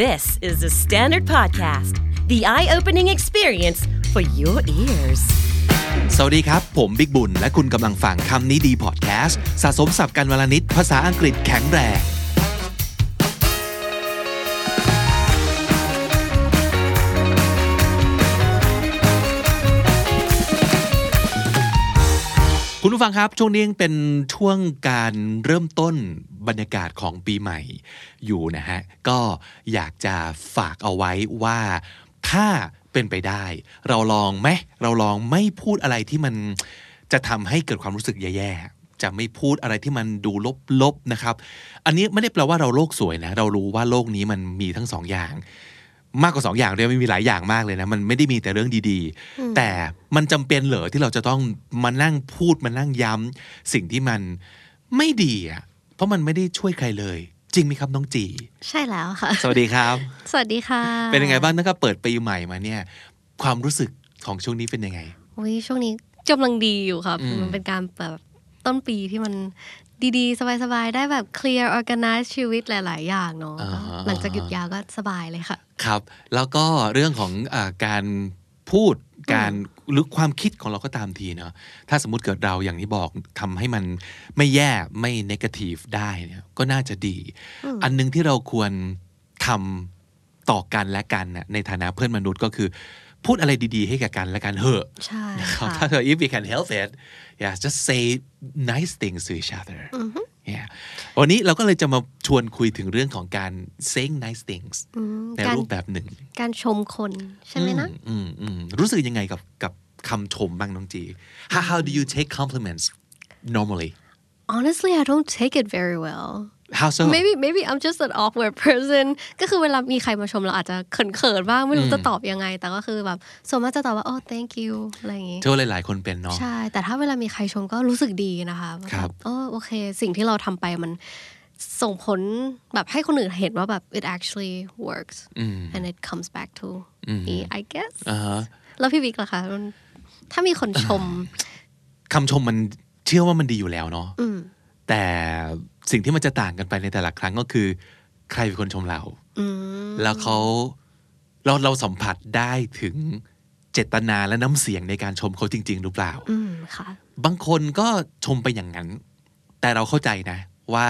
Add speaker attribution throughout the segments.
Speaker 1: This is the Standard Podcast, the eye opening experience for your ears.
Speaker 2: สวัสดีครับ ผมบิ๊กบุญ และคุณกำลังฟังคำนี้ดีพอดแคสต์สะสมสับการวลนิดภาษาอังกฤษแข็งแรง คุณผู้ฟังครับ ช่วงนี้ยังเป็นช่วงการเริ่มต้นบรรยากาศของปีใหม่อยู่นะฮะ ก็อยากจะฝากเอาไว้ว่าถ้าเป็นไปได้ เราลองไหมเราลองไม่พูดอะไรที่มันจะทำให้เกิดความรู้สึกแย่ๆ จะไม่พูดอะไรที่มันดูลบๆนะครับ อันนี้ไม่ได้แปลว่าเราโลกสวยนะ เรารู้ว่าโลกนี้มันมีทั้งสองอย่าง มากกว่าสองอย่างเลยมันมีหลายอย่างมากเลยนะมันไม่ได้มีแต่เรื่องดีๆ แต่มันจำเป็นเหรอที่เราจะต้องมานั่งพูดมานั่งย้ำสิ่งที่มันไม่ดีอ่ะเพราะมันไม่ได้ช่วยใครเลย จริงไหมครับน้องจี
Speaker 3: ใช่แล้วค่ะ
Speaker 2: สวัสดีครับ
Speaker 3: สวัสดีค่ะ
Speaker 2: เป็นยังไงบ้างตั้งแต่เปิดปีใหม่มาเนี่ย ความรู้สึกของช่วงนี้เป็นยังไง
Speaker 3: อุ้ยช่วงนี้กำลังดีอยู่ค่ะ
Speaker 2: อืม
Speaker 3: มันเป็นการแบบต้นปีที่มันดีๆ สบายๆ ได้แบบ clear organize ชีวิตหลาย ๆ อย่างเนาะ
Speaker 2: อ่าฮะ
Speaker 3: หลังจากหยุดยาวก็สบายเลยค่ะ
Speaker 2: ครับ แล้วก็เรื่องของอาการพูดการหรือความคิดของเราก็ตามทีเนาะถ้าสมมติเกิดเราอย่างที่บอกทำให้มันไม่แย่ไม่เนกาทีฟได้เนี่ยก็น่าจะดี อันหนึงที่เราควรทำต่อกันและกันน่ะในฐานะเพื่อนมนุษย์ก็คือ พูดอะไรดีๆให้แกับกันและกันเถอะ
Speaker 3: ใช่
Speaker 2: นะครับ
Speaker 3: ค่ะ
Speaker 2: ถ้าเธอ if we can help it yeah just say nice things to each other yeah วันนี้เราก็เลยจะมาชวนคุยถึงเรื่องของการ saying nice things
Speaker 3: อืม
Speaker 2: ใน
Speaker 3: การ
Speaker 2: รูปแบบหนึ่ง
Speaker 3: การชมคนใช่ไหมนะ
Speaker 2: อืมอืมรู้สึกยังไงกับกับคำชมบ้างน้องจี how how do you take compliments normally
Speaker 3: honestly I don't take it very well
Speaker 2: how so
Speaker 3: maybe maybe I'm just an awkward person ก็คือเวลามีใครมาชมเราอาจจะเขินๆบ้างไม่รู้จะตอบยังไง แต่ก็คือแบบส่วนมากจะตอบว่า oh thank you อะไรอย่างงี้
Speaker 2: เชื่อว่าหลาย ๆ คนเป็นเนาะ
Speaker 3: ใช่ แต่ถ้าเวลามีใครชมก็รู้สึกดีนะคะ
Speaker 2: ครับ
Speaker 3: แเออโอเค สิ่งที่เราทำไปมันส่งผลแบบให้คนอื่นเห็นว่าแบบ it actually works
Speaker 2: อืม
Speaker 3: and it comes back to
Speaker 2: อืม
Speaker 3: me I guess
Speaker 2: อ่าฮะ
Speaker 3: แล้วพี่บิ๊กล่ะคะมันถ้ามีคน ชม
Speaker 2: คำชมมันเชื่อว่ามันดีอยู่แล้วเนาะ
Speaker 3: อืม
Speaker 2: แต่สิ่งที่มันจะต่างกันไปในแต่ละครั้งก็คือ ใครเป็นคนชมเรา
Speaker 3: อืม
Speaker 2: แล้วเขาเราเราสัมผัสได้ถึงเจตนาและน้ำเสียงในการชมเขาจริง ๆ หรือเปล่า
Speaker 3: อืม ค่ะ
Speaker 2: บางคนก็ชมไปอย่างนั้น แต่เราเข้าใจนะ ว่า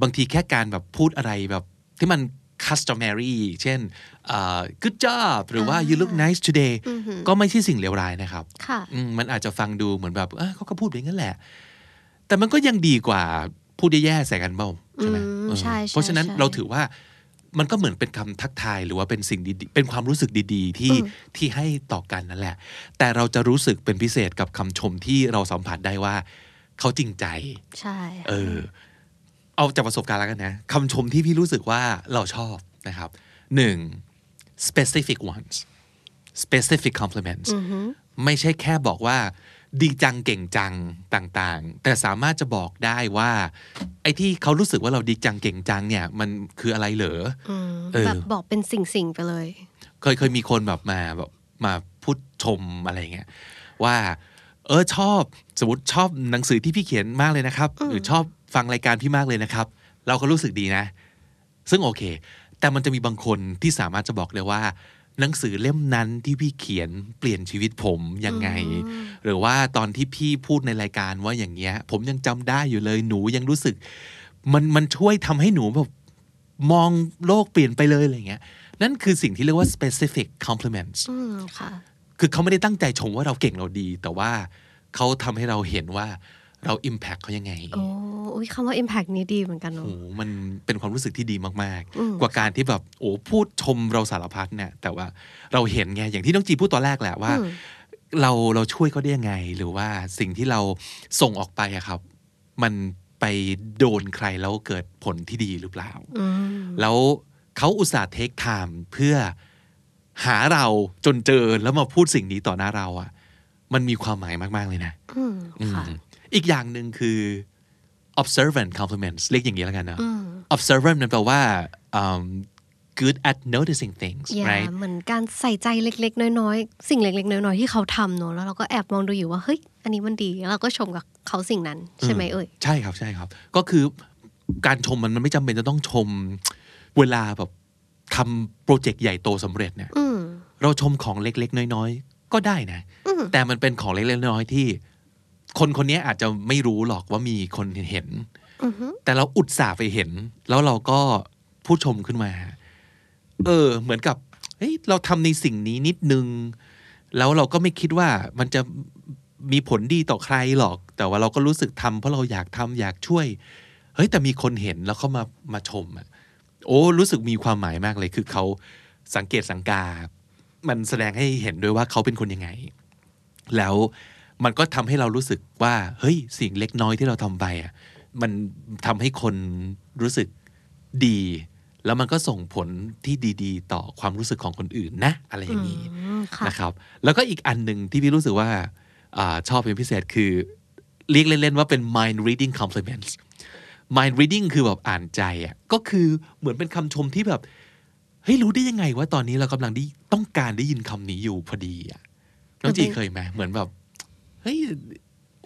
Speaker 2: บางทีแค่การแบบพูดอะไรแบบที่มัน customary เช่นเอ่อ good job หรือว่า you look nice today
Speaker 3: อือหือ
Speaker 2: ก็ไม่ใช่สิ่งเลวร้ายนะครับ
Speaker 3: ค่ะ
Speaker 2: อืมมันอาจจะฟังดูเหมือนแบบเอ้ยเขาก็พูดอย่างนั้นแหละ แต่มันก็ยังดีกว่า พูดแย่ๆใส่กันเบ้าใช่ไหม
Speaker 3: อืม
Speaker 2: เออ
Speaker 3: ใช่ใช่
Speaker 2: เพราะฉะนั้น
Speaker 3: ใช่
Speaker 2: เราถือว่ามันก็เหมือนเป็นคำทักทายหรือว่าเป็นสิ่งดีๆเป็นความรู้สึกดีๆ ที่
Speaker 3: อืม
Speaker 2: ที่ให้ต่อกันนั่นแหละ แต่เราจะรู้สึกเป็นพิเศษกับคำชมที่เราสัมผัสได้ว่า เขาจริงใจ
Speaker 3: ใช่
Speaker 2: เออ เอาจากประสบการณ์แล้วกันนะคำชมที่พี่รู้สึกว่าเราชอบนะครับหนึ่ง specific ones specific compliments ไม่ใช่แค่บอกว่า ดีจังเก่งจังต่างๆ แต่สามารถจะบอกได้ว่า ไอ้ที่เขารู้สึกว่าเราดีจังเก่งจังเนี่ย มันคืออะไรเหรออ
Speaker 3: อืม
Speaker 2: เออ
Speaker 3: แบบบอกเป็นสิ่งๆไปเลย
Speaker 2: เคยเคยมีคนแบบมาแบบมาพูดชมอะไรเงี้ยว่า เออชอบ สมมติชอบหนังสือที่พี่เขียนมากเลยนะครับ หรือชอบฟังรายการพี่มากเลยนะครับ เราก็รู้สึกดีนะ ซึ่งโอเค แต่มันจะมีบางคนที่สามารถจะบอกเลยว่า หนังสือเล่มนั้นที่พี่เขียนเปลี่ยนชีวิตผมยังไง หรือว่าตอนที่พี่พูดในรายการว่าอย่างเงี้ย ผมยังจำได้อยู่เลยหนูยังรู้สึก มันมันช่วยทำให้หนูแบบ มองโลกเปลี่ยนไปเลยอะไรเงี้ย นั่นคือสิ่งที่เรียกว่า specific compliments
Speaker 3: อืม ค่ะ
Speaker 2: คือเขาไม่ได้ตั้งใจชมว่าเราเก่งเราดี แต่ว่าเขาทำให้เราเห็นว่าเรา impact เขายังไง
Speaker 3: โอ้อุ๊ยคำว่า impact นี้ดีเหมือนกันเนาะ
Speaker 2: โอ้โหมันเป็นความรู้สึกที่ดีมาก
Speaker 3: อืม
Speaker 2: ๆ กว่าการที่แบบโอ้พูดชมเราสารพัดเนี่ยแต่ว่าเราเห็นไงอย่างที่น้องจีพูดตอนแรกแหละว่า
Speaker 3: อืม
Speaker 2: เราเราช่วยเขาได้ยังไง หรือว่าสิ่งที่เราส่งออกไปอะครับ มันไปโดนใครแล้วเกิดผลที่ดีหรือเปล่า
Speaker 3: อืม
Speaker 2: แล้วเขาอุตส่าห์เทคไทม์เพื่อหาเราจนเจอแล้วมาพูดสิ่งนี้ต่อหน้าเราอะมันมีความหมายมาก ๆ เลยนะ
Speaker 3: อืม ค่ะ
Speaker 2: อืมอีกอย่างหนึ่งคือ observant compliments เรียกอย่างนี้แล้วกันเนอะ
Speaker 3: อืม
Speaker 2: observant มันแปลว่าอืม good at noticing things
Speaker 3: อย่า
Speaker 2: right
Speaker 3: เหมือนการใส่ใจเล็ก ๆ น้อยๆ สิ่งเล็ก ๆ น้อยๆ ที่เขาทำเนอะแล้วเราก็แอบมองดูอยู่ว่า เฮ้ย อันนี้มันดีแล้วเราก็ชมกับเขาสิ่งนั้น ใช่ไหมเอ่ย
Speaker 2: ใช่ครับใช่ครับ ก็คือการชมมันมันไม่จำเป็นจะต้องชมเวลาแบบ ทำโปรเจกต์ใหญ่โตสำเร็จเนี่ย
Speaker 3: อืม
Speaker 2: เราชมของเล็กๆ น้อยๆ ก็ได้นะ
Speaker 3: อืม
Speaker 2: แต่มันเป็นของเล็กๆ น้อยๆ ที่ คนคนนี้อาจจะไม่รู้หรอกว่ามีคนเห็น
Speaker 3: อือฮึ
Speaker 2: แต่เราอุตส่าห์ไปเห็น แล้วเราก็ผู้ชมขึ้นมา เออ เหมือนกับเฮ้ยเราทำในสิ่งนี้นิดนึง แล้วเราก็ไม่คิดว่ามันจะมีผลดีต่อใครหรอก แต่ว่าเราก็รู้สึกทำเพราะเราอยากทำอยากช่วย เฮ้ยแต่มีคนเห็นแล้วเขามามาชมอะโอ้รู้สึกมีความหมายมากเลย คือเขาสังเกตสังกา มันแสดงให้เห็นด้วยว่าเขาเป็นคนยังไง แล้วมันก็ทำให้เรารู้สึกว่าเฮ้ยสิ่งเล็กน้อยที่เราทำไปอ่ะมันทำให้คนรู้สึกดี แล้วมันก็ส่งผลที่ดีๆ ต่อความรู้สึกของคนอื่นนะ อะไรอย่างนี้
Speaker 3: อืมค่ะ
Speaker 2: นะครับแล้วก็อีกอันหนึ่งที่พี่รู้สึกว่าอาชอบเป็นพิเศษคือ เรียกเล่น ๆ ว่าเป็น mind reading compliments mind reading คือแบบอ่านใจอ่ะก็คือเหมือนเป็นคำชมที่แบบ เฮ้ย รู้ได้ยังไงว่าตอนนี้เรากำลังได้ต้องการได้ยินคำนี้อยู่พอดีอ่ะน้องจีเคยไหมเหมือนแบบ เฮ้ย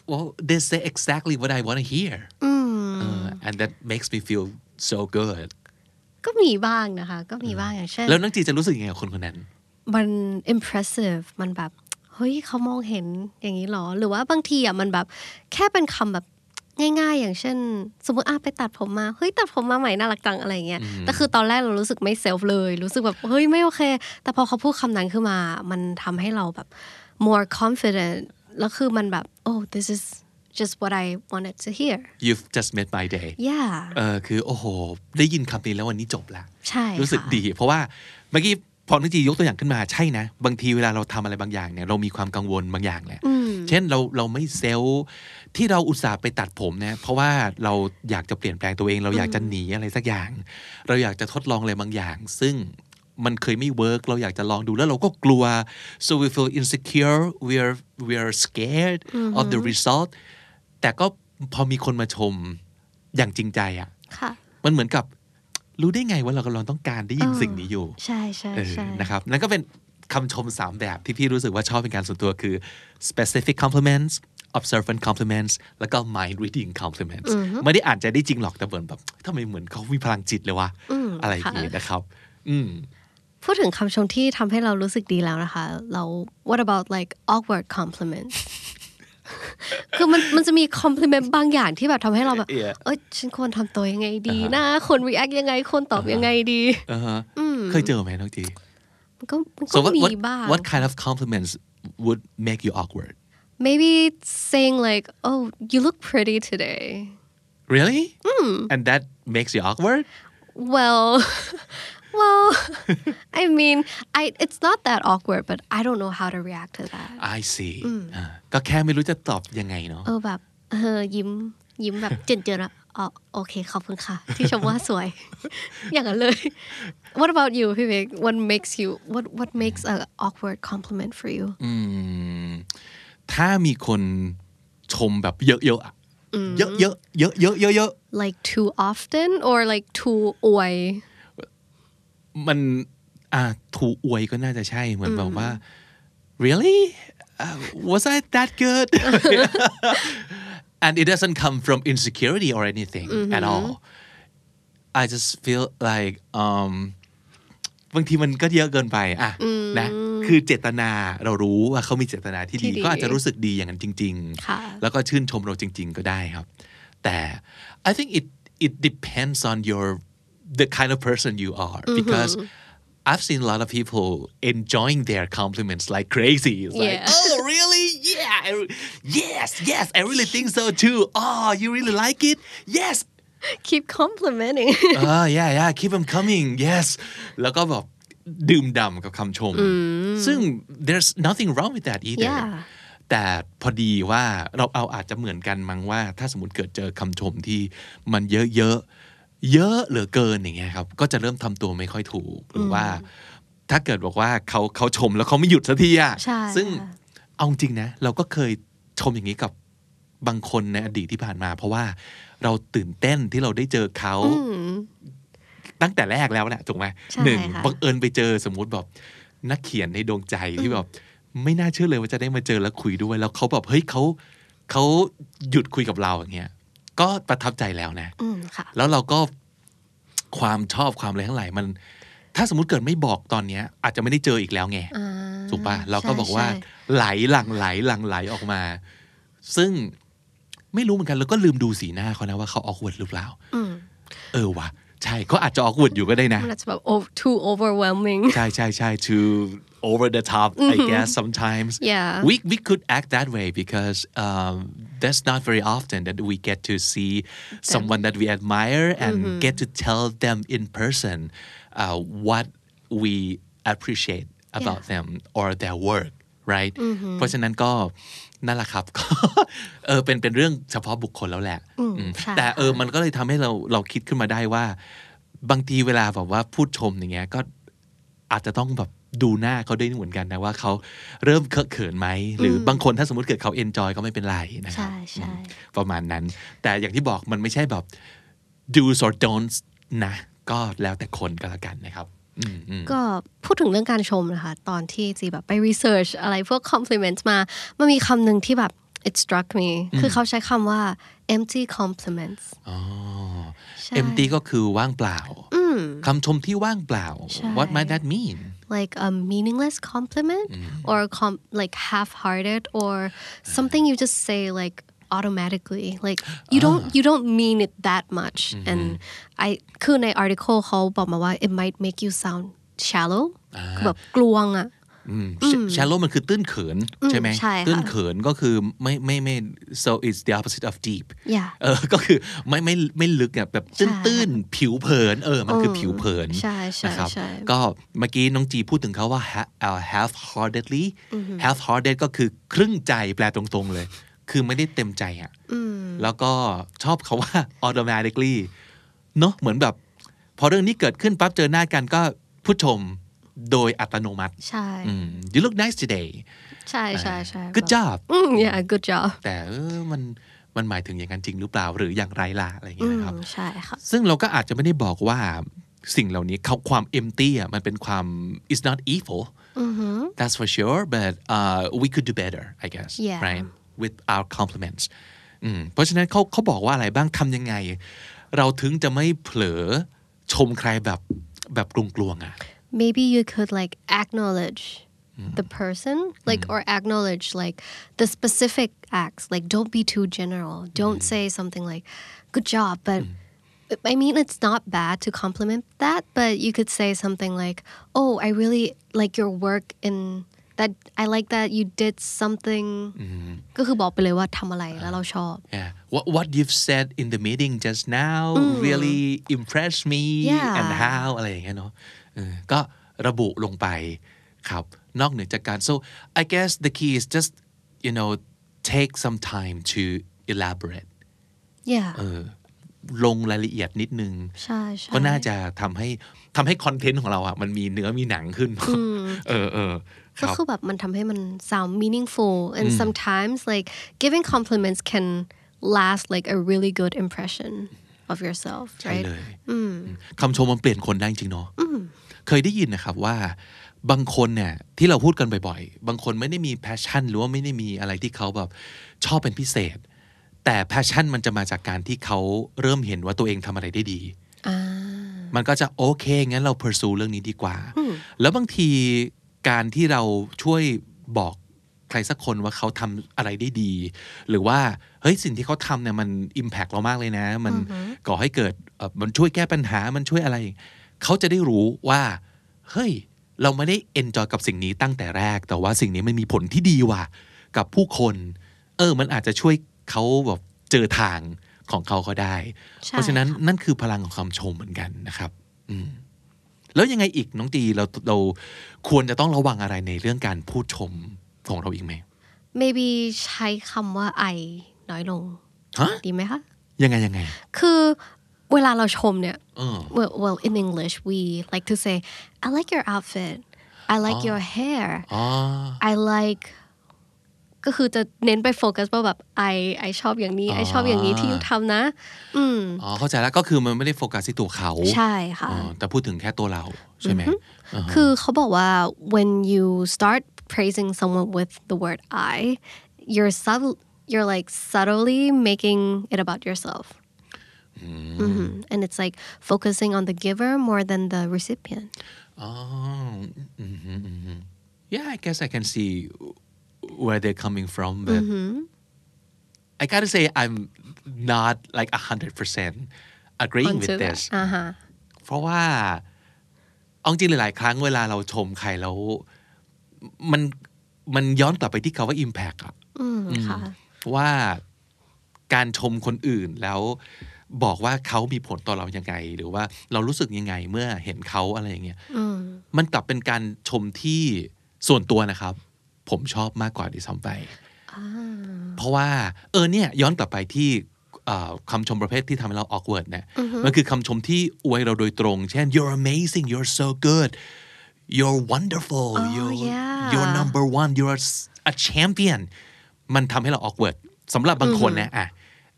Speaker 2: well they say exactly what I want to hear
Speaker 3: อืม
Speaker 2: เออ and that makes me feel so good
Speaker 3: ก็มีบ้างนะคะ ก็มีบ้างอย่างเช่น
Speaker 2: แล้วน้องจีจะรู้สึกยังไงกับคนคนนั้น
Speaker 3: มัน impressive มันแบบ เฮ้ยเขามองเห็นอย่างนี้หรอ หรือว่าบางทีอ่ะมันแบบ แค่เป็นคำแบบง่าย ๆ อย่างเช่น สมมติอ่ะไปตัดผมมา เฮ้ย ตัดผมมาใหม่น่ารักจังอะไรเงี้ย
Speaker 2: อืม
Speaker 3: แต่คือตอนแรกเรารู้สึกไม่เซลฟ์เลย รู้สึกแบบ เฮ้ย ไม่โอเค แต่พอเขาพูดคำนั้นขึ้นมา มันทำให้เราแบบ more confident แล้วคือมันแบบ oh this is just what I wanted to hear
Speaker 2: you've just made my day
Speaker 3: yeah
Speaker 2: เออคือโอ้โห ได้ยินคำนี้แล้ววันนี้จบละ
Speaker 3: ใช่
Speaker 2: รู้สึก
Speaker 3: ค่ะ
Speaker 2: ดี เพราะว่าเมื่อกี้พอนุจียกตัวอย่างขึ้นมาใช่นะ บางทีเวลาเราทำอะไรบางอย่างเนี่ยเรามีความกังวลบางอย่างแหละ
Speaker 3: อืม
Speaker 2: เช่นเราเราไม่เซลล์ที่เราอุตส่าห์ไปตัดผมเนี่ยเพราะว่าเราอยากจะเปลี่ยนแปลงตัวเอง เราอยากจะหนีอะไรสักอย่าง เราอยากจะทดลองอะไรบางอย่าง ซึ่งมันเคยไม่เวิร์กเราอยากจะลองดูแล้วเราก็กลัว so we feel insecure we are we are scared of the result แต่ก็พอมีคนมาชมอย่างจริงใจอะ
Speaker 3: ค่ะ
Speaker 2: มันเหมือนกับ รู้ได้ไงว่าเรากำลังต้องการได้ยิน
Speaker 3: เออ
Speaker 2: สิ่งนี้อยู่
Speaker 3: ใช่ใช่
Speaker 2: เออ
Speaker 3: ใช่
Speaker 2: นะครับนั่นก็เป็นคำชม 3 แบบที่พี่รู้สึกว่าชอบเป็นการส่วนตัวคือ specific compliments observant compliments แล้วก็ mind reading compliments ไม่ได้อ่านใจได้จริงหรอกแต่เหมือนแบบทำไมเหมือนเขามีพลังจิตเลยวะ
Speaker 3: ม
Speaker 2: อะไรอย่าง
Speaker 3: ค่ะ
Speaker 2: นี้นะครับ อืม
Speaker 3: พูดถึงคำชมที่ทำให้เรารู้สึกดีแล้วนะคะ เรา what about like awkward compliments คือมันมันจะมี compliment บางอย่างที่แบบทำให้เราแบบ
Speaker 2: Yeah.
Speaker 3: เอ้ยฉันควรทำตัวยังไงดีนะควร react ยังไงควรตอบยังไงดี
Speaker 2: อ่าฮะเคยเจอไหมน้องจี
Speaker 3: มันก็มัน
Speaker 2: so
Speaker 3: ก็
Speaker 2: what
Speaker 3: มี
Speaker 2: what
Speaker 3: บ้าง
Speaker 2: what kind of compliments would make you awkward
Speaker 3: maybe saying like oh you look pretty today
Speaker 2: really and that makes you awkward
Speaker 3: well well I mean I it's not that awkward but I don't know how to react to that
Speaker 2: I see อ่าก็แค่ไม่รู้จะตอบยังไงเนาะ
Speaker 3: เออแบบ เออยิ้มยิ้มแบบ เจริญๆอะอ๋อโอเคขอบคุณค่ะ ที่ชมว่าสวย อย่างนั้นเลย What about you พี่เบก What makes you What What makes a awkward compliment for you
Speaker 2: อืมถ้ามีคนชมแบบเยอะๆอะเยอะๆเยอะๆเยอะๆเยอะ
Speaker 3: like too often or like too อวย
Speaker 2: ๆมันอ่าถูกอวยก็น่าจะใช่เหมือนแบบว่า really Uh, was I that good and it doesn't come from insecurity or anything at all I just feel like um บางทีมันก็เยอะเกินไปอ่ะนะคือเจตนาเรารู้ว่าเขามีเจตนาที่ดีก็อาจจะรู้สึกดีอย่างนั้นจริง ๆ
Speaker 3: ค่ะ
Speaker 2: แล้วก็ชื่นชมเราจริง ๆ ก็ได้ครับ แต่ I think it it depends on your the kind of person you are because I've seen a lot of people enjoying their compliments like crazy. It's like,
Speaker 3: Yeah.
Speaker 2: oh, really? Yeah. I re- yes, yes. I really think so too. Oh, you really like it? Yes.
Speaker 3: keep complimenting
Speaker 2: Oh, yeah, yeah. Keep them coming. Yes. แล้วก็แบบดื่มด่ำกับคำชม ซึ่ง there's nothing wrong with that either
Speaker 3: yeah
Speaker 2: แต่พอดีว่าเราเอาอาจจะเหมือนกันมั้งว่า ถ้าสมมติเกิดเจอคำชมที่มันเยอะเยอะๆเยอะเหลือเกินอย่างเงี้ยครับ ก็จะเริ่มทำตัวไม่ค่อยถูก หรือว่า ถ้าเกิดบอกว่าเขาเขาชมแล้วเขาไม่หยุดสักทีอะ
Speaker 3: ใช่
Speaker 2: ซึ่ง
Speaker 3: ค่ะ
Speaker 2: เอาจริงนะ เราก็เคยชมอย่างนี้กับบางคนในอดีตที่ผ่านมา เพราะว่าเราตื่นเต้นที่เราได้เจอเขา
Speaker 3: อืม
Speaker 2: ตั้งแต่แรกแล้วแหละถูกไหม
Speaker 3: ใช่
Speaker 2: หนึ่ง
Speaker 3: ค่ะ
Speaker 2: บังเอิญไปเจอสมมุติแบบนักเขียนในดวงใจที่แบบไม่น่าเชื่อเลยว่าจะได้มาเจอแล้วคุยด้วย แล้วเขาแบบเฮ้ยเขาเขาหยุดคุยกับเราอย่างเงี้ยก็ประทับใจแล้วนะ
Speaker 3: อืมค่ะ
Speaker 2: แล้วเราก็ความชอบความอะไรทั้งหลายมัน ถ้าสมมติเกิดไม่บอกตอนเนี้ยอาจจะไม่ได้เจออีกแล้วไง
Speaker 3: อ่า
Speaker 2: ถูกปะเราก็
Speaker 3: ใช่
Speaker 2: บอกว่า
Speaker 3: ใช่
Speaker 2: ไหลหลังไหลหลังไหลออกมา ซึ่งไม่รู้เหมือนกันแล้วก็ลืมดูสีหน้าเขานะว่าเขาออกวดหรือเปล่า
Speaker 3: อืม
Speaker 2: เออวะใช่เขาอาจจะออกวดอยู่ก็ได้นะ
Speaker 3: มันอาจจะแบบ oh, too overwhelming
Speaker 2: ใช่ใช่ใช่ too over the top I guess sometimes
Speaker 3: Yeah.
Speaker 2: we we could act that way because um, that's not very often that we get to see someone that we admire and get to tell them in person uh, what we appreciate about them or their work right เพราะฉะนั้นก็นั่นแหละครับ ก็เออเป็นเป็นเรื่องเฉพาะบุคคลแล้วแหละ
Speaker 3: อืม
Speaker 2: อืม
Speaker 3: ใช่
Speaker 2: แต่เออมันก็เลยทำให้เราเราคิดขึ้นมาได้ว่า บางทีเวลาแบบว่าพูดชมอย่างเงี้ยก็ อาจจะต้องแบบดูหน้าเขาด้วยเหมือนกันนะว่าเขาเริ่มเคอะเขินไหม หรืออบางคนถ้าสมมติเกิดเขาเอนจอยก็ไม่เป็นไรนะครับ
Speaker 3: ใช่ใช่
Speaker 2: อืมประมาณนั้น แต่อย่างที่บอกมันไม่ใช่แบบ do's or don'ts นะ ก็แล้วแต่คนก็แล้วกันนะครับอืมอืม
Speaker 3: ก็พูดถึงเรื่องการชมนะคะ ตอนที่จีแบบไป research อะไรพวก compliment มา มันมีคำหนึ่งที่แบบ it struck me คือเขาใช้คำว่า empty compliments
Speaker 2: อ๋อ
Speaker 3: ใช่
Speaker 2: empty ก็คือว่างเปล่าคำชมที่ว่างเปล่า
Speaker 3: ใช่
Speaker 2: what might that mean
Speaker 3: like a meaningless compliment
Speaker 2: Mm-hmm.
Speaker 3: or a com- like half-hearted or something you just say like automatically like you
Speaker 2: Ah.
Speaker 3: don't you don't mean it that much
Speaker 2: Mm-hmm.
Speaker 3: and I คือใน article เขาบอกมาว่า it might make you sound shallow คือแบบกลวงอะ
Speaker 2: อืม shallow มันคือตื้นเขิน ใช่ไหม
Speaker 3: ใช่ค่ะ
Speaker 2: ตื้นเขินก็คือไม่ไม่ไม่ so it's the opposite of deep
Speaker 3: yeah
Speaker 2: เอ อ ก็คือไม่ไม่ไม่ลึกเนี่ยแบบตื้น
Speaker 3: ใช่
Speaker 2: ตื้นผิวเผิน เออ มันคือผิวเผิน
Speaker 3: ใช่ใช่
Speaker 2: นะครับ
Speaker 3: ใช่
Speaker 2: ก็เมื่อกี้น้องจีพูดถึงเขาว่า ha- เอ่อ half heartedly half hearted ก็คือครึ่งใจแปลตรงๆเลย คือไม่ได้เต็มใจอ่ะแล้วก็ชอบเขาว่า automatically เนอะเหมือนแบบ พอเรื่องนี้เกิดขึ้นปั๊บเจอหน้ากันก็ผู้ชมโดยอัตโนมัติ
Speaker 3: ใช่
Speaker 2: อืม you look nice today
Speaker 3: ใช่ใช่ใช่
Speaker 2: good job
Speaker 3: อืม yeah good job
Speaker 2: แต่เออมันมันหมายถึงอย่างนั้นจริงหรือเปล่าหรืออย่างไรล่ะอะไรอย่าง
Speaker 3: อื
Speaker 2: เงี้ยนะครับ
Speaker 3: มใช่ค่ะ
Speaker 2: ซึ่งเราก็อาจจะไม่ได้บอกว่าสิ่งเหล่านี้เขาความ empty อ่ะมันเป็นความ it's not evil that's for sure but uh, we could do better I guess
Speaker 3: Yeah.
Speaker 2: right with our compliments อืมเพราะฉะนั้นเขาเขาบอกว่าอะไรบ้างทำยังไง เราถึงจะไม่เผลอชมใครแบบแบบกลวงๆอ่ะ
Speaker 3: maybe you could like acknowledge
Speaker 2: Mm.
Speaker 3: the person like or acknowledge like the specific acts like don't be too general don't
Speaker 2: Mm.
Speaker 3: say something like good job but I mean it's not bad to compliment that but you could say something like oh I really like your work in that I like that you did something
Speaker 2: Mm-hmm.
Speaker 3: ก็คือบอกไปเลยว่าทำอะไรแล้วเราชอบ
Speaker 2: Yeah. What what you've said in the meeting just now really impressed me
Speaker 3: Yeah.
Speaker 2: and how อะไรอย่างเงี้ยเนาะเออก็ระบุลงไปครับ นอกเหนือจากการ so I guess the key is just you know take some time to elaborate
Speaker 3: yeah
Speaker 2: เออลงรายละเอียดนิดนึง
Speaker 3: ใช่ใช่
Speaker 2: Uh. ก็น่าจะทำให้ทำให้คอนเทนต์ของเราอ่ะมันมีเนื้อมีหนังขึ้นเออเออค
Speaker 3: ก็
Speaker 2: รับ
Speaker 3: คือแบบมันทำให้มัน sound meaningful and sometimes like giving compliments can last like a really good impression of yourself
Speaker 2: ใช่
Speaker 3: right
Speaker 2: เลยคำชมมันเปลี่ยนคนได้จริงเนาะเคยได้ยินนะครับว่า บางคนเนี่ยที่เราพูดกันบ่อยๆ บางคนไม่ได้มีแพชชั่น หรือว่าไม่ได้มีอะไรที่เขาแบบชอบเป็นพิเศษ แต่แพชชั่นมันจะมาจากการที่เขาเริ่มเห็นว่าตัวเองทำอะไรได้ดี
Speaker 3: อ่า
Speaker 2: มันก็จะโอเค งั้นเรา pursue เรื่องนี้ดีกว่า แล้วบางทีการที่เราช่วยบอกใครสักคนว่าเขาทำอะไรได้ดี หรือว่าเฮ้ยสิ่งที่เขาทำเนี่ยมัน impact เรามากเลยนะ มันก่อให้เกิดเอ่อมันช่วยแก้ปัญหามันช่วยอะไร เขาจะได้รู้ว่า เฮ้ย เราไม่ได้ enjoy กับสิ่งนี้ตั้งแต่แรก แต่ว่าสิ่งนี้มันมีผลที่ดีว่ะกับผู้คน เออ มันอาจจะช่วยเขาแบบเจอทางของเขาก็ได้
Speaker 3: ใช่
Speaker 2: เพราะฉะนั้น นั่นคือพลังของคำชมเหมือนกันนะครับ อืม แล้วยังไงอีกน้องจีเราเราควรจะต้องระวังอะไรในเรื่องการพูดชมของเราอีกไหม
Speaker 3: maybe ใช้คำว่าไอน้อยลง
Speaker 2: ฮะ
Speaker 3: ดีไหมคะ
Speaker 2: ยังไงยังไง
Speaker 3: คือเวลาเราชมเนี่ย
Speaker 2: เออ
Speaker 3: well, well in English we like to say I like your outfit I like your hair
Speaker 2: อ๋อ
Speaker 3: I like ก็คือจะเน้นไปโฟกัสว่าแบบ I I ชอบอย่างนี้ I ชอบอย่างนี้ที่ทำนะ อืม
Speaker 2: อ๋อ เข้าใจแล้วก็คือมันไม่ได้โฟกัสที่ตัวเขา
Speaker 3: ใช่ค่ะ
Speaker 2: อ๋อแต่พูดถึงแค่ตัวเรา ใช่ไหมอ่าฮะ
Speaker 3: คือเขาบอกว่า when you start praising someone with the word I you're subtle you're like subtly making it about yourself
Speaker 2: Mm.
Speaker 3: Mhm. And it's like focusing on the giver more than the recipient.
Speaker 2: Oh, mhm, mhm. yeah. I guess I can see where they're coming from, but I gotta say I'm not like hundred percent agreeing with
Speaker 3: Onto Uh-huh. that.
Speaker 2: this. เพราะว่าเอาจริงหลายๆครั้งเวลาเราชมใครแล้วมันมันย้อนกลับไปที่คาว่า impact อะ Mm.
Speaker 3: Mm-hmm.
Speaker 2: ว่าการชมคนอื่นแล้วบอกว่าเขามีผลต่อเรายังไง หรือว่าเรารู้สึกยังไงเมื่อเห็นเขาอะไรอย่างเงี้ยมันกลับเป็นการชมที่ส่วนตัวนะครับ ผมชอบมากกว่าดิซ้ำไป เพราะว่าเออเนี่ยย้อนกลับไปที่เอ่อคำชมประเภทที่ทำให้เรา awkward เนี่ยมันคือคำชมที่อวยเราโดยตรง เช่น you're amazing you're so good you're wonderful you're
Speaker 3: yeah.
Speaker 2: you're number one you're a champion มันทำให้เรา awkward สำหรับบางคนนะอ่ะ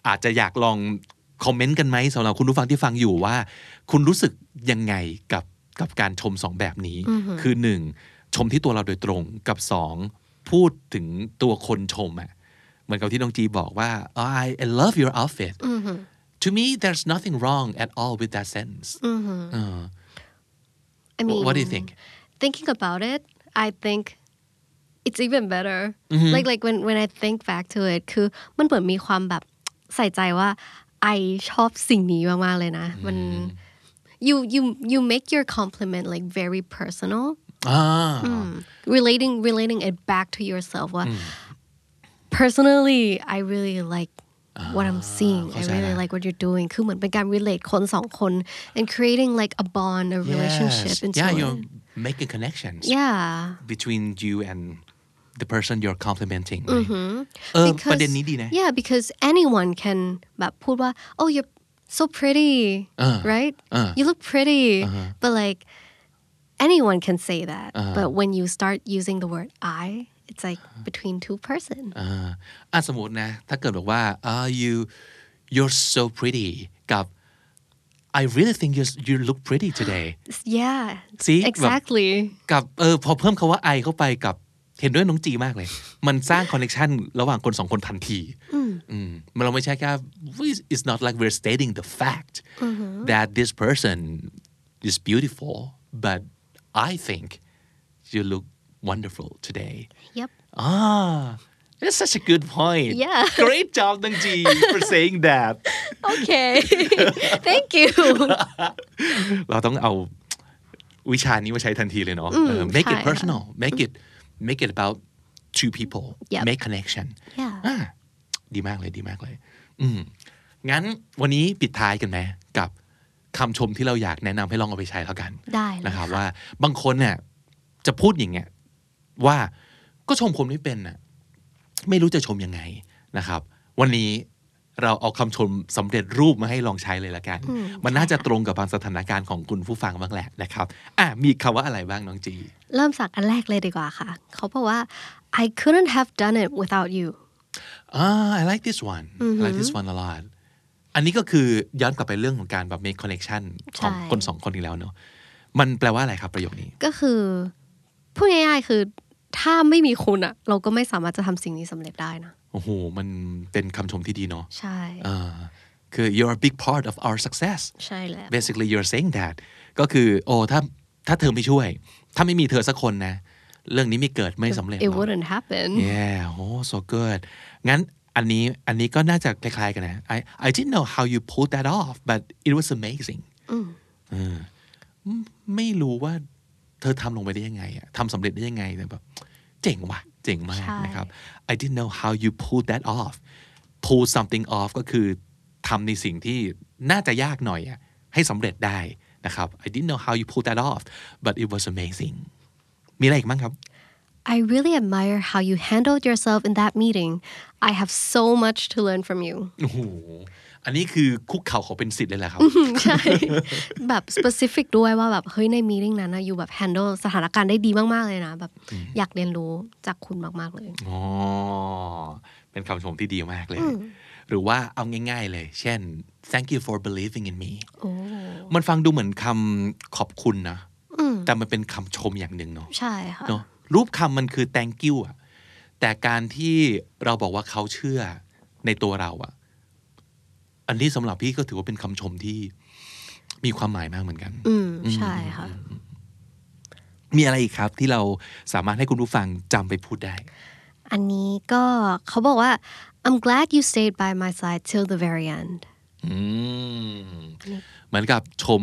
Speaker 2: อาจจะอยากลองคอมเมนต์กันไหมสำหรับคุณผู้ฟังที่ฟังอยู่ว่า คุณรู้สึกยังไงกับกับการชมสองแบบนี้ คือหนึ่งชมที่ตัวเราโดยตรงกับสองพูดถึงตัวคนชมอ่ะ เหมือนกับที่น้องจีบอกว่า oh, I I love your outfit to me there's nothing wrong at all with that sentence เออ
Speaker 3: I mean,
Speaker 2: what do you think
Speaker 3: Thinking about it, I think it's even better.
Speaker 2: Mm-hmm.
Speaker 3: Like like when when I think back to it, คือมันเหมือนมีความแบบ ใส่ใจว่า I ชอบสิ่งนี้มากๆเลยนะ
Speaker 2: Mm-hmm.
Speaker 3: มัน you you you make your compliment like very personal
Speaker 2: อ่า
Speaker 3: relating relating it back to yourself
Speaker 2: Mm.
Speaker 3: ว่า personally I really like what I'm seeing
Speaker 2: Ah, เข้า
Speaker 3: I
Speaker 2: ใจ
Speaker 3: really
Speaker 2: ละ
Speaker 3: like what you're doing คือเหมือนเป็นการ relate คนสองคน and creating like a bond a relationship
Speaker 2: Yes.
Speaker 3: into
Speaker 2: yeah
Speaker 3: it
Speaker 2: you're making connections
Speaker 3: yeah
Speaker 2: between you and the person you're complimenting right? Uh, เออ
Speaker 3: Mm-hmm. Because-
Speaker 2: ประเด็นนี้ดีนะ
Speaker 3: yeah because anyone can แบบพูดว่า oh you're so pretty right you look pretty but like anyone can say that but when you start using the word I it's like between two person
Speaker 2: อ่า Uh, อ่ะสมมตินะ ถ้าเกิดบอกว่าอ่า you you're so pretty กับ I really think you you look pretty today
Speaker 3: yeah
Speaker 2: See?
Speaker 3: exactly
Speaker 2: กับเออพอเพิ่มคาว่า I เข้าไปกับเห็นด้วยน้องจีมากเลย มันสร้างคอนเน t ชันระหว่างคนสองคนทันทีอืมมันเราไม่ใช่แค่ "We- it's not like we're stating the fact that this person is beautiful but I think you look wonderful today
Speaker 3: yep
Speaker 2: ah that's such a good point
Speaker 3: Yeah.
Speaker 2: great job น้องจี for saying that
Speaker 3: okay thank you
Speaker 2: เราต้องเอาวิชานี้มาใช้ทันทีเลยเนาะเออ make
Speaker 3: ใช่
Speaker 2: it
Speaker 3: ค่ะ
Speaker 2: personal make it make it about two people
Speaker 3: Yep.
Speaker 2: make connection
Speaker 3: yeah
Speaker 2: อ่ะดีมากเลยดีมากเลย อืมงั้นวันนี้ปิดท้ายกันไหมกับคำชมที่เราอยากแนะนำให้ลองเอาไปใช้แล้วกัน
Speaker 3: ได้เลย
Speaker 2: นะครับ
Speaker 3: ค่ะ
Speaker 2: ว่าบางคนเนี่ยจะพูดอย่างเงี้ยว่าก็ชมผมไม่เป็นน่ะ ไม่รู้จะชมยังไงนะครับ วันนี้เราเอาคำชมสำเร็จรูปมาให้ลองใช้เลยละกัน มันน่าจะตรงกับบางสถานการณ์ของคุณผู้ฟังบ้างแหละนะครับ อ่ะมีคำว่าอะไรบ้างน้องจี
Speaker 3: เริ่มจากอันแรกเลยดีกว่าค่ะเขาบอกว่า I couldn't have done it without you
Speaker 2: อ่า I like this one I like this one a lot อันนี้ก็คือย้อนกลับไปเรื่องของการแบบ make connection ของ
Speaker 3: ใช่
Speaker 2: คนสองคนอีกแล้วเนอะมันแปลว่าอะไรครับประโยคนี้
Speaker 3: ก็คือพูดง่ายๆคือถ้าไม่มีคุณอะเราก็ไม่สามารถจะทำสิ่งนี้สำเร็จได้นะ
Speaker 2: โอ้โห มันเป็นคำชมที่ดีเนอะ
Speaker 3: ใช่
Speaker 2: อ่าคือ you're a big part of our success
Speaker 3: ใช่แล้ว
Speaker 2: basically you're saying that ก็คือ โอ้ถ้าถ้าเธอไม่ช่วย ถ้าไม่มีเธอสักคนนะ เรื่องนี้ไม่เกิดไม่สำเร็จหร
Speaker 3: it
Speaker 2: อก
Speaker 3: wouldn't happen
Speaker 2: Yeah, oh so good. งั้นอันนี้อันนี้ก็น่าจะคล้ายๆกันนะ I I didn't know how you pulled that off but it was amazing อืมไม่รู้ว่าเธอทำลงไปได้ยังไงอะทำสำเร็จได้ยังไงแต่แบบเจ๋งว่ะเจ๋งมาก
Speaker 3: ใช่
Speaker 2: นะครับ I didn't know how you pulled that off pull something off ก็คือทำในสิ่งที่น่าจะยากหน่อยอะให้สำเร็จได้นะครับ I didn't know how you pulled that off but it was amazing มีอะไรอีกมั้งครับ
Speaker 3: I really admire how you handled yourself in that meeting I have so much to learn from you
Speaker 2: โอ้โห อันนี้คือคุกเข่าขอเป็นสิทธิ์เลยแหละครับ
Speaker 3: ใช่ แบบ specific ด้วยว่าแบบเฮ้ยใน meeting นั้นนะอยู่แบบ handle สถานการณ์ได้ดีมากๆเลยนะ แบบอยากเรียนรู้จากคุณมากๆเลย
Speaker 2: อ๋อ เป็นคำชมที่ดีมากเลย หรือว่าเอาง่ายๆเลย เช่น thank you for believing in me
Speaker 3: โอ้
Speaker 2: มันฟังดูเหมือนคำขอบคุณนะ แต่มันเป็นคำชมอย่างหนึ่งเนาะ
Speaker 3: ใช่ค่ะ
Speaker 2: เนอะรูปคำมันคือ thank you อะแต่การที่เราบอกว่าเขาเชื่อในตัวเราอะ อันนี้สำหรับพี่ก็ถือว่าเป็นคำชมที่มีความหมายมากเหมือนกัน
Speaker 3: อืม ใช่ค่ะ
Speaker 2: มีอะไรอีกครับที่เราสามารถให้คุณผู้ฟังจำไปพูดได้
Speaker 3: อันนี้ก็เขาบอกว่า I'm glad you stayed by my side till the very end
Speaker 2: อืมเหมือนกับชม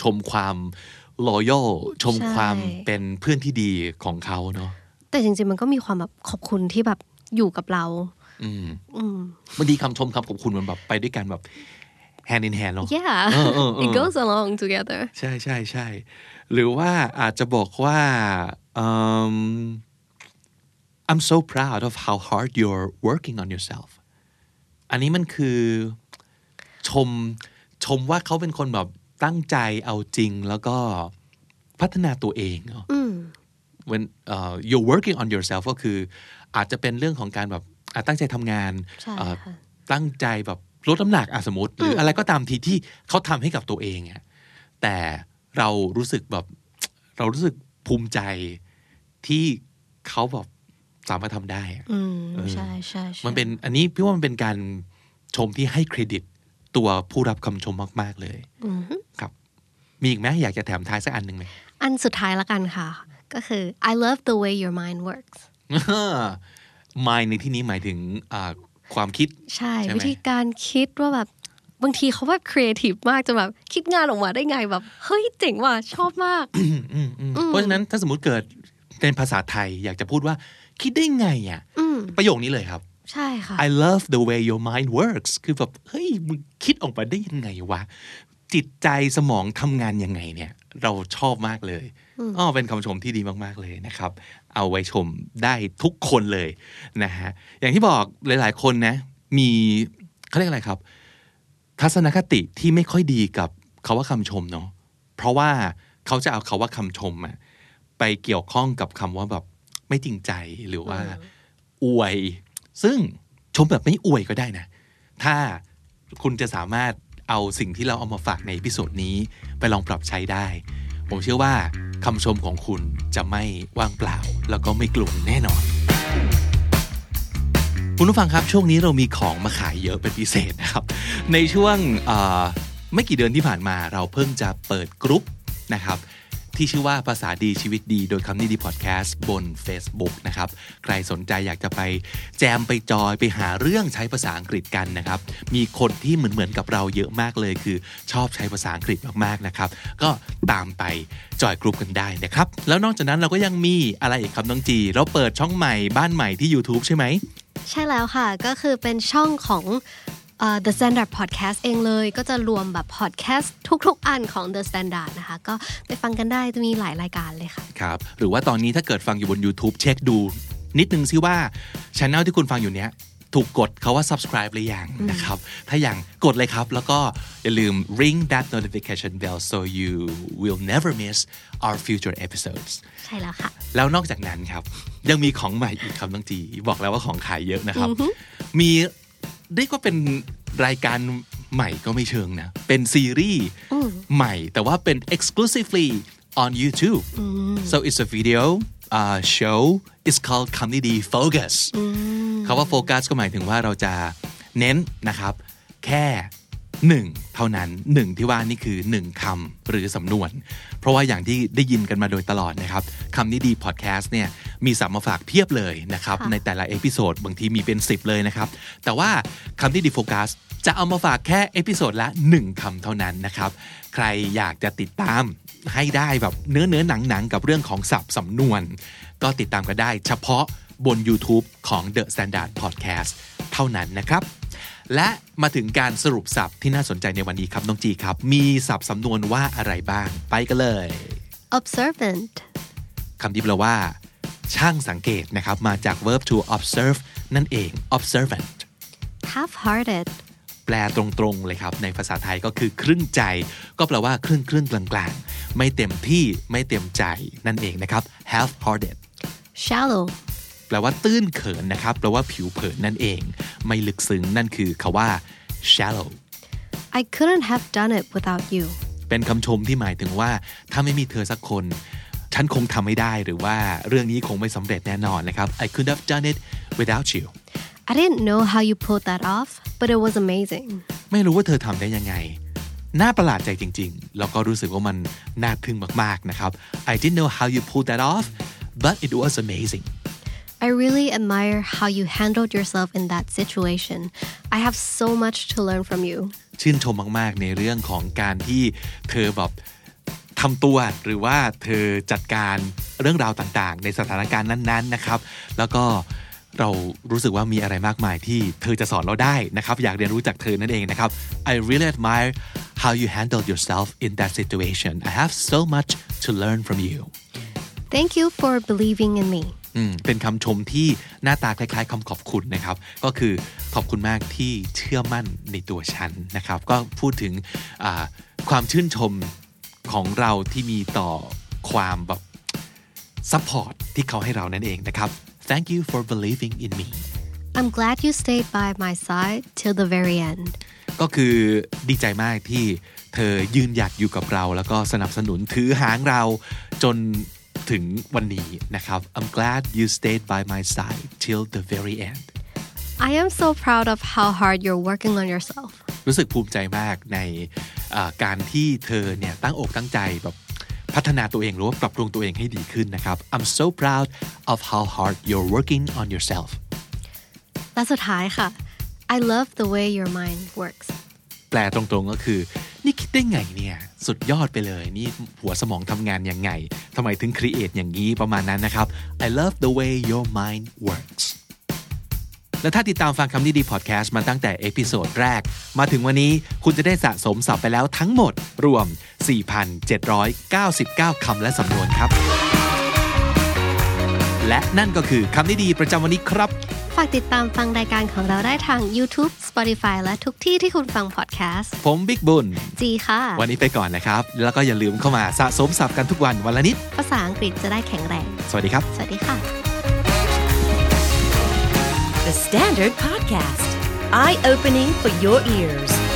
Speaker 2: ชมความ loyal ชม
Speaker 3: ใช่
Speaker 2: ความเป็นเพื่อนที่ดีของเขาเนาะ
Speaker 3: แต่จริงๆ มันก็มีความแบบขอบคุณที่แบบอยู่กับเรา
Speaker 2: อืม
Speaker 3: อืม
Speaker 2: บางทีคำชมคำขอบคุณมันแบบไปด้วยกันแบบ hand in hand เนาะ
Speaker 3: yeah
Speaker 2: เออเออเออ
Speaker 3: it goes along together
Speaker 2: ใช่ใช่ใช่หรือว่าอาจจะบอกว่าอืม I'm so proud of how hard you're working on yourself อันนี้มันคือชมชมว่าเขาเป็นคนแบบตั้งใจเอาจริงแล้วก็พัฒนาตัวเองเนาะ
Speaker 3: อืม
Speaker 2: when uh, you're working on yourself ก็คืออาจจะเป็นเรื่องของการแบบอ่ะตั้งใจทำงาน
Speaker 3: ใช่ค่ะ
Speaker 2: เอ่อตั้งใจแบบลดน้ำหนักอ่ะสมมติ หรืออะไรก็ตามทีที่เขาทำให้กับตัวเองอะแต่เรารู้สึกแบบ เรารู้สึกภูมิใจที่เขาแบบสามารถทำได้อะ
Speaker 3: อืม
Speaker 2: เออ
Speaker 3: ใช่ใช่ใช่
Speaker 2: มันเป็นอันนี้พี่ว่ามันเป็นการชมที่ให้เครดิตตัวผู้รับคำชมมาก ๆ เลย
Speaker 3: อืม
Speaker 2: ครับ มีอีกไหมอยากจะแถมท้ายสักอันหนึ่งไหม
Speaker 3: อันสุดท้ายละกันค่ะ ก็คือ I love the way your mind works
Speaker 2: มายในที่นี้หมายถึงอ่าความคิด
Speaker 3: ใช่
Speaker 2: ใช่ไหม
Speaker 3: วิธีการคิดว่าแบบบางทีเขาแบบครีเอทีฟมากจนแบบคิดงานออกมาได้ไงแบบ เฮ้ยเจ๋งว่ะชอบมาก
Speaker 2: อืมอืมเพราะฉะนั้นถ้าสมมติเกิดเป็นภาษาไทยอยากจะพูดว่าคิดได้ไงอ่ะ
Speaker 3: อืม
Speaker 2: ประโยคนี้เลยครับ
Speaker 3: ใช่ค่ะ
Speaker 2: I love the way your mind works คือแบบเฮ้ยมึงคิดออกมาได้ยังไงวะ จิตใจสมองทำงานยังไงเนี่ย เราชอบมากเลยอ๋อเป็นคำชมที่ดีมากๆเลยนะครับ เอาไว้ชมได้ทุกคนเลยนะฮะ อย่างที่บอกหลายๆคนนะ มีเขาเรียกอะไรครับ ทัศนคติที่ไม่ค่อยดีกับคาว่าคำชมเนาะ เพราะว่าเขาจะเอาคาว่าคำชมอะไปเกี่ยวข้องกับคำว่าแบบไม่จริงใจหรือว่า อวย ซึ่งชมแบบไม่อวยก็ได้นะ ถ้าคุณจะสามารถเอาสิ่งที่เราเอามาฝากในพิโซดนี้ไปลองปรับใช้ได้ ผมเชื่อว่าคำชมของคุณจะไม่ว่างเปล่า แล้วก็ไม่กลวงแน่นอน คุณผู้ฟังครับช่วงนี้เรามีของมาขายเยอะเป็นพิเศษนะครับ ในช่วงเอ่อไม่กี่เดือนที่ผ่านมาเราเพิ่งจะเปิดกรุ๊ปนะครับ ที่ชื่อว่าภาษาดีชีวิตดี โดยคำนี้ดีพอดแคสต์บน Facebook นะครับ ใครสนใจอยากจะไปแจมไปจอยไปหาเรื่องใช้ภาษาอังกฤษกันนะครับ มีคนที่เหมือนเหมือนๆกับเราเยอะมากเลย คือชอบใช้ภาษาอังกฤษมากๆนะครับ ก็ตามไปจอยกรุ๊ปกันได้นะครับ แล้วนอกจากนั้นเราก็ยังมีอะไรอีกครับน้องจี เราเปิดช่องใหม่บ้านใหม่ที่ YouTube ใช่ไหม
Speaker 3: ใช่แล้วค่ะ ก็คือเป็นช่องของเอ่อ The Standard Podcast เองเลย ก็จะรวมแบบ podcast ทุกๆ อันของ The Standard นะคะ ก็ไปฟังกันได้จะมีหลายรายการเลยค่ะ
Speaker 2: ครับหรือว่าตอนนี้ถ้าเกิดฟังอยู่บน YouTube เช็คดู นิดนึงซิว่าช anel ที่คุณฟังอยู่เนี้ยถูกกดเขาว่า subscribe หรือยังนะครับ ถ้าอย่างกดเลยครับ แล้วก็อย่าลืม ring that notification bell so you will never miss our future episodes
Speaker 3: ใช่แล้วค่ะ
Speaker 2: แล้วนอกจากนั้นครับ ยังมีของใหม่อีกครับน้องจี บอกแล้วว่าของขายเยอะนะครับ มีเรียกว่าเป็นรายการใหม่ก็ไม่เชิงนะ เป็นซีรีส์ใหม่ แต่ว่าเป็น exclusively on YouTube so it's a video uh, show it's called comedy focus คำว่า focus ก็หมายถึงว่าเราจะเน้นนะครับ แค่หนึ่งเท่านั้นหนึ่งที่ว่านี่คือหนึ่งคำหรือสำนวน เพราะว่าอย่างที่ได้ยินกันมาโดยตลอดนะครับคำนี้ดีพอดแคสต์เนี่ยมีสับมาฝากเพียบเลยนะครับ ในแต่ละเอพิโซดบางทีมีเป็น 10 เลยนะครับ แต่ว่าคำนี้ดีโฟกัสจะเอามาฝากแค่เอพิโซดละ 1คำเท่านั้นนะครับ ใครอยากจะติดตามให้ได้แบบเนื้อเนื้อหนังหนังๆกับเรื่องของศัพท์สำนวน ก็ติดตามกันได้เฉพาะบน YouTube ของ The Standard Podcast เท่านั้นนะครับ และมาถึงการสรุปศัพท์ที่น่าสนใจในวันนี้ครับน้องจีครับ มีศัพท์สำนวนว่าอะไรบ้าง ไปกันเลย
Speaker 3: observant
Speaker 2: คำที่แปลว่า ช่างสังเกตนะครับ มาจาก verb to observe นั่นเอง observant
Speaker 3: half hearted
Speaker 2: แปลตรงๆเลยครับ ในภาษาไทยก็คือครึ่งใจ ก็แปลว่าครึ่งครึ่งๆกลางๆ ไม่เต็มที่ไม่เต็มใจนั่นเองนะครับ half hearted
Speaker 3: shallow
Speaker 2: แปลว่าตื้นเขินนะครับ แปลว่าผิวเผินนั่นเอง ไม่ลึกซึ้งนั่นคือคาว่า shallow
Speaker 3: I couldn't have done it without you
Speaker 2: เป็นคำชมที่หมายถึงว่า ถ้าไม่มีเธอสักคน ฉันคงทำไม่ได้หรือว่าเรื่องนี้คงไม่สำเร็จแน่นอนนะครับ I could have done it without you
Speaker 3: I didn't know how you pulled that off but it was amazing
Speaker 2: ไม่รู้ว่าเธอทำได้ยังไง น่าประหลาดใจจริงๆ แล้วก็รู้สึกว่ามันน่าทึ่งมากๆนะครับ I didn't know how you pulled that off but it was amazing
Speaker 3: I really admire how you handled yourself in that situation. I have so much to learn from you.
Speaker 2: ชื่นชมมากๆ ในเรื่องของการที่เธอแบบทำตัวหรือว่าเธอจัดการเรื่องราวต่างๆ ในสถานการณ์นั้นๆนะครับ แล้วก็เรารู้สึกว่ามีอะไรมากมายที่เธอจะสอนเราได้นะครับ อยากเรียนรู้จากเธอนั่นเองนะครับ I really admire how you handled yourself in that situation I have so much to learn from you
Speaker 3: Thank you for believing in me.
Speaker 2: อืมเป็นคำชมที่หน้าตาคล้าย ๆคำขอบคุณนะครับ ก็คือขอบคุณมากที่เชื่อมั่นในตัวฉันนะครับ ก็พูดถึงอ่าความชื่นชมของเราที่มีต่อความแบบซัพพอร์ตที่เขาให้เรานั่นเองนะครับ thank you for believing in me
Speaker 3: I'm glad you stayed by my side till the very end.
Speaker 2: ก็คือดีใจมากที่เธอยืนหยัดอยู่กับเรา แล้วก็สนับสนุนถือหางเราจนถึงวันนี้นะครับ I'm glad you stayed by my side till the very end
Speaker 3: I am so proud of how hard you're working on yourself.
Speaker 2: รู้สึกภูมิใจมากในเอ่อการที่เธอเนี่ยตั้งอกตั้งใจแบบพัฒนาตัวเองหรือว่าปรับปรุงตัวเองให้ดีขึ้นนะครับ I'm so proud of how hard you're working on yourself
Speaker 3: และสุดท้ายค่ะ I love the way your mind works
Speaker 2: แปลตรงๆก็คือ นี่คิดได้ไงเนี่ยสุดยอดไปเลยนี่หัวสมองทำงานยังไงทำไมถึงครีเอทอย่างนี้ประมาณนั้นนะครับ I love the way your mind works และถ้าติดตามฟังคำนี้ดีพอดแคสต์มาตั้งแต่เอพิโซดแรก มาถึงวันนี้คุณจะได้สะสมศัพท์ไปแล้วทั้งหมดรวม 4,799 คำและสำนวนครับ และนั่นก็คือคำนี้ดีประจำวันนี้ครับ
Speaker 3: ฝากติดตามฟังรายการของเราได้ทาง YouTube, Spotify และทุกที่ที่คุณฟังพอดแคสต์
Speaker 2: ผมบิ๊กบุญ
Speaker 3: จีค่ะ
Speaker 2: วันนี้ไปก่อนนะครับ แล้วก็อย่าลืมเข้ามาสะสมศัพท์กันทุกวันวันละนิด
Speaker 3: ภาษาอังกฤษจะได้แข็งแรง
Speaker 2: สวัสดีครับ
Speaker 3: สวัสดีค่ะ
Speaker 1: The Standard Podcast, eye opening for your ears.